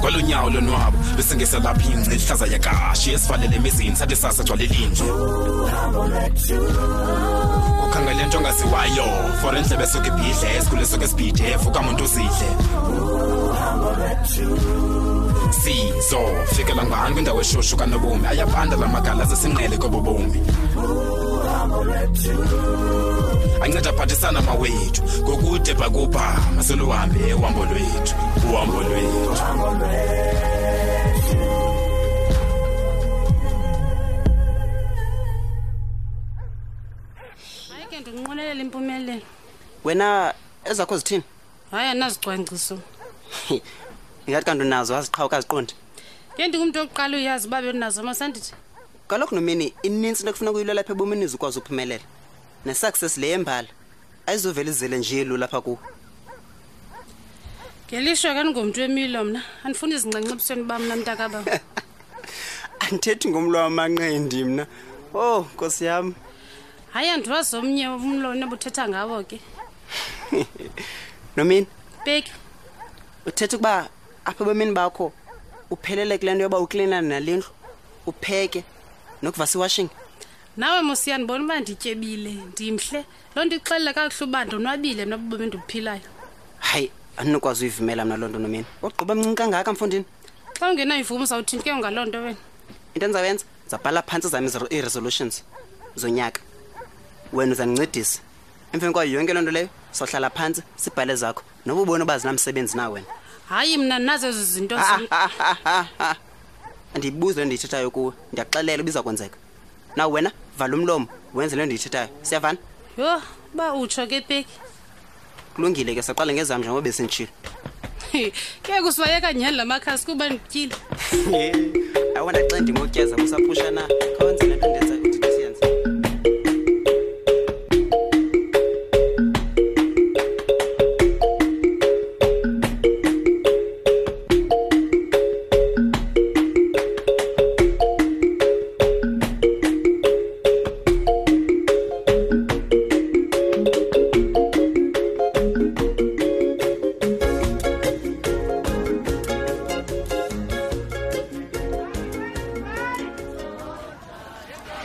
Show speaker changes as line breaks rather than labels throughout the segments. kwalonyawo lonwabo bese ngeselapha ingci ihlaza yakashi esivalele emizini sathi sasa gcwale linje ukhangele nto ongaziwayo for endlebe esuke ibhidle esikhule esuke esibhidef ukamuntu uzidle sizo fikela ngani kwindawo eshushu kanobomi ayabanda la magala zesinqele kobobomi anceda aphathisana mawethu ngokude bhakubhama seluhambe uhambo lwethu uhambo lwethu
hayi ke ndinqwenelela impumelelo
wena ezakho zithini
hayi andinazicwangciso
ndingathi kanti unazo aziqhawuka aziqondi
ke ndingumntu wokuqala uyazi uba bendinazo masandithi
kaloku nomini inintsi into ekufuneka uyilwe lapha ebomini uze ukwazi uphumelela nesuccess le yembala ayizovele izele nje lu lapha kuwo
ngelishwa ke ndingomntu wemilo mna andifuni izingxanxebisweni uba mna mntakaba
andithethi ngomlwa wamanqendi mna ow Oh, nkosi yam
hayi andiwazi omnye umlo nebuthetha ngawo ke
nomini
peki
uthetha ukuba apha ebomini bakho uphelele kule nto yoba uklinane nale ndlu upheke nokuvasa iwashing
nawe mosiya ndibona uba ndityebile ndimhle loo nto ixelela kakuhle uba ndonwabile mna bubomi endibuphilayo
hayi andinokwazi uyivumela mna loo nto nomini ogqiba mncinci kangaka mfundini
xa ungenayo ivumo uzawuthini ke ngaloo nto wena
into endizawuyenza ndizabhala phantsi zam izir- ii-resolutions zonyaka wena uzandincedisa emveni kwayo yonke loo nto leyo sawuhlala phantsi sibhale zakho noba ubona uba zinamsebenzi na wena
hayi mna ndinazo ezo zinto
Ah,
zam-
ah, ah, ah, ah. andiyibuzi le ndiyithethayo kuwe ndiyakuxelela uba iza kwenzeka naw wena vala umlomo wenze le ndiyithethayo siyavana
yho uba utsho ke peki
kulungile ke saqale ngezam njengoba besinditshile
ke kusibayeka nyhani la makhasi kuba ndityile
awona xa ndimotyeza kusaphusha na khawenze le nto ndenza ndithi siyenze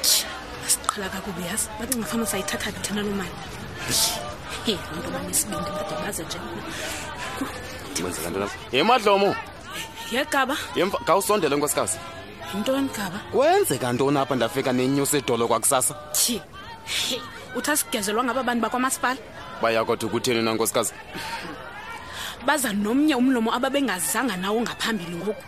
asiqhala kakubi yazi bacinga fana sayithatha phi thina loo mali hey loo nto banesibindi badobaze nje
kwenzeka ntona yemadlomo
yegaba
yemva khawusondele nkosikazi
yintoni gaba
kwenzeka ntoni apha ndafika nenyusa idolo kwakusasa
tyhi Hey, uthi asigezelwa ngaba bantu bakwamasipala
bayakodwa kutheni na nkosikazi
baza nomnye umlomo ababengazanga nawo ngaphambili ngoku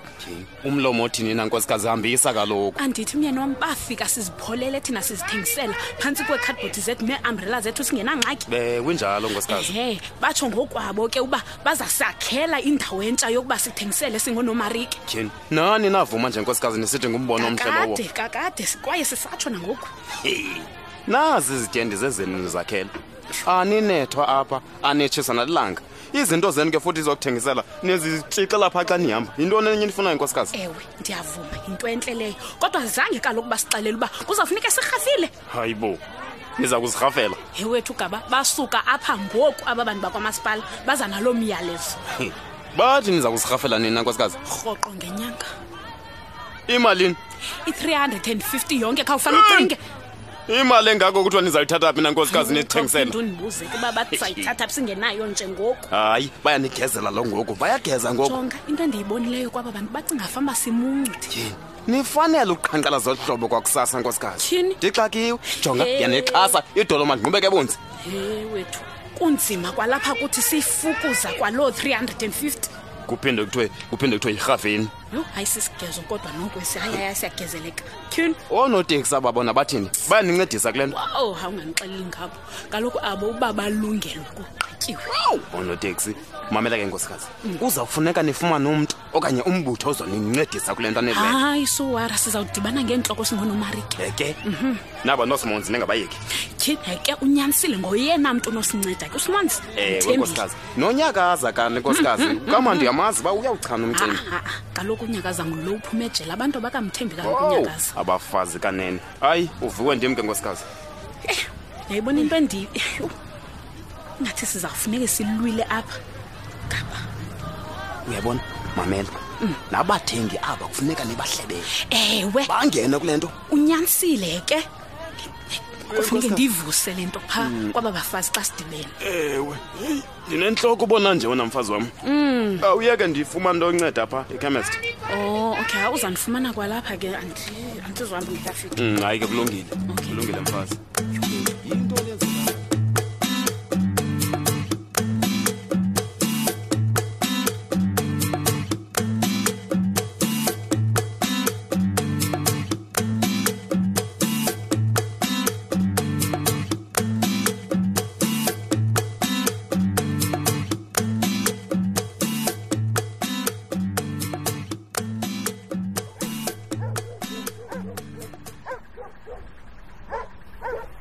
umlomo othini na nkosikazi hambisa kaloku
andithi umyeni wam bafika sizipholele thina sizithengisela phantsi kweekhadibhodi zethu neeambrela zethu singenangxaki
be kunjalo nkosikazi
ehe batsho ngokwabo ke uba bazasakhela indawo entsha yokuba sithengisele singonoomarike
tyhini nani navuma nje nkosikazi nisithi ngumbono omhle lowo
kakade kakade kwaye sisatsho nangoku
Hey, nazi izityendi zezenu nizakhela aninethwa apha anitshisa nalilanga izinto zenu ke futhi izokuthengisela nizitshixela phaa xa nihamba yintoni enye nifunayo nkosikazi
ewe ndiyavuma yinto entle leyo kodwa zange kaloku basixelele uba kuzawufuneka sirhafile
hayi bo niza kuzirhafela
yewethu gaba basuka apha ngoku aba bantu bakwamasipala baza naloo myalezo
Hey, bathi niza kuzirhafela nini nankosikazi
rhoqo ngenyanga
imalini
i-350 yonke khawufana ucinge
imali engako kuthiwa nizayithatha phi nankosikazi nithengisela
ndundibuzeke uba bathi sayithatha singenayo njengoku
hayi bayanigezela lo ngoku bayageza ngoku
jonga into endiyibonileyo kwaba bantu bacinga famba simuncu
Tyhini, nifanele uqhankqala zolu hlobo kwakusasa
Tyhini.
nkosikazi ndixakiwe jonga
Hey.
yanixhasa idolo mandinqubeke bunzi
yewethu kunzima kwalapha kuthi siyifukuza kwaloo 350
kuphinde kuthiwe kuphinde kuthiwe yirhaveni
yho hayi sisigezo kodwa nokwesi hayi hayi siyagezeleka tyhini
oonoteksi ababona bathini bayanincedisa kule nto
ow hawungandixeleli ngabo kaloku abo uba balungelwe kugqityiwe
oonoteksi mamela ke nkosikazi kuzawufuneka nifumane umntu okanye umbutho ozonincedisa kule nto aneleyo
hayi sowara sizawudibana ngeentloko singonoomarike
eke naba nosimonzi ningabayeki
tyhini hayi ke unyanisile ngoyena mntu unosinceda ke usimanzi
ewe Eh, nkosikazi nonyakaza kani nkosikazi kamandi uyamazi uba uyawuchana umcimbi
Ah, kaloku unyakaza ngulo uphume ejela abantu abakamthembi kaloku
ow
unyakaza
Oh, abafazi kanene hayi uvuwe ndim ke nkosikazi
yayibona into endi yho, ingathi sizawufuneke silwile apha gaba
uyabona mamela nabathengi aba kufuneka nibahlebele
ewe
bangene kule nto
unyanisile ke kufuneke ndiyivuse le nto phaa kwaba bafazi xa sidibene
ewe heyi ndinentloko ubona nje wena mfazi wam awuyeke ndiyifumane into yonceda phaa ikhemest
o Oh, okay hayi uzandifumana kwalapha ke andi- andizohamba ngitafika
Mm, hayi ke kulungile kulungile mfazi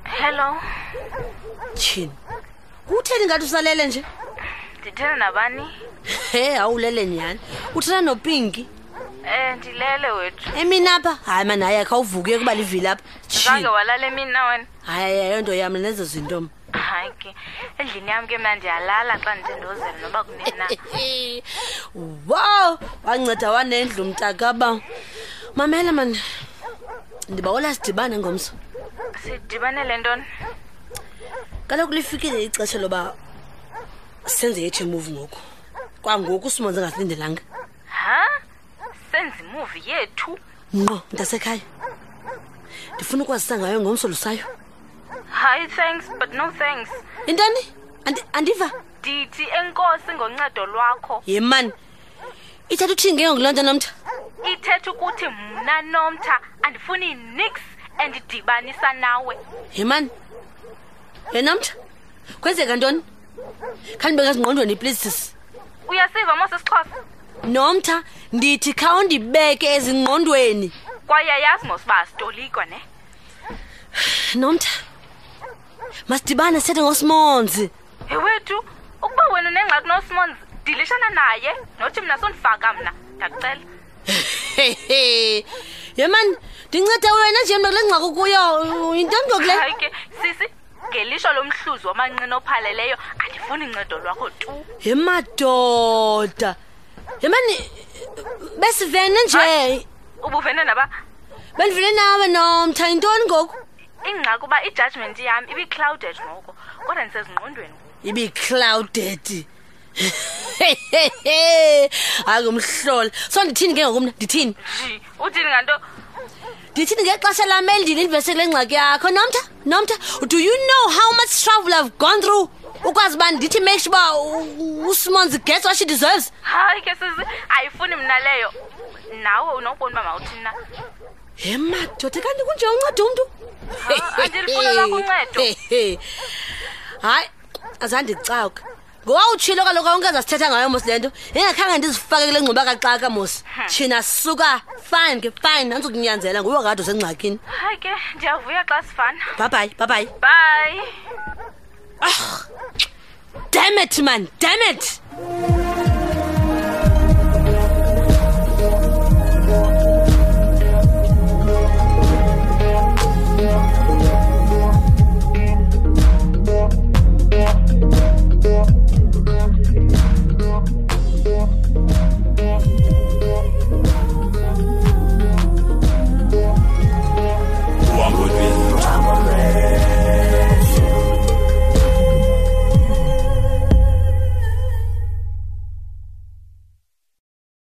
hello
tyhini utheni ngathi usalele nje
ndithetha nabani
he awulele nyhani uthetha nopinki
um ndilele wethu
emini apha hayi mani hayi khawuvuke kuba livili apha
zange
tyhini
walala emini na wena
hayi ayo nto yam nezo zinto m
hayi ke endlini yam ke mna ndiyalala xa ndindozela noba kunini na
wow wanceda wanendlu mntakabaw mamela mani ndibawela sidibane ngomso
sidibanele ntoni
kaloku lifikile ixesha loba senze yethu imuvi ngoku kwangoku usimonze ngasindelanga
ha senza imuvi yethu
ngqo mntasekhaya ndifuna ukwazisa ngayo ngomso lusayo
hayi thanks but no thanks
yintoni Andi- andiva
ndithi enkosi ngoncedo lwakho
yemani ithatha uthini ke ngonguloo nto nomtha
ithetha ukuthi mna nomtha andifuni nix endidibanisa nawe
yemani yena mtha kwenzeka ntoni khandibeka ezingqondweni please sis
uyasiva mosesixhosa
nomtha ndithi khawundibeke ezingqondweni
kwaye ayazi mos uba asitolikwa ne
nomtha masidibane sethe ngosimonzi
ewethu ukuba wena unengxaki nosimons dilishana naye nothi mna sondifaka mna ndakucela
hehe yemani ndincede wena nje mna kule ngxako kuyo yintoni ngoku le
hayi ke sisi ngelisho lomhluzi wamanqina ophaleleyo andifuni ncedo lwakho tu
yemadoda yemani besivene nje
ubuvene naba
bendivele nawe nomtha yintoni ngoku
ingxaki uba ijajment yam ibiclouded ngoko kodwa ndisezingqondweni
ibiclouded hehehe hayi ngumhlola so ndithini ke ngoku mna ndithini
nji uthini nganto
ndithini ngexesha lam elindilindivese kule ngxaki yakho nomtha nomtha do you know how much trouble i've gone through ukwazi uba ndithi make sure uba u- usimonzi gets what she deserves
hayi ke sisi ayifuni mna leyo nawe unobona uba mawuthini na
he madoda kanti kunje unceda umntu
andilifuni olwakho uncedo.
hayi azandicawuka ngoba utshilo kaloku awunkeza sithetha ngayo mos le nto ingakhange ndizifake kule ngxuba kaxaka mos thina suka fine ke fine andizukunyanzela nguwe kade usengxakini
hayi ke ndiyavuya xa sifana
babhayi babhayi
bye
dammit man dammit
Thank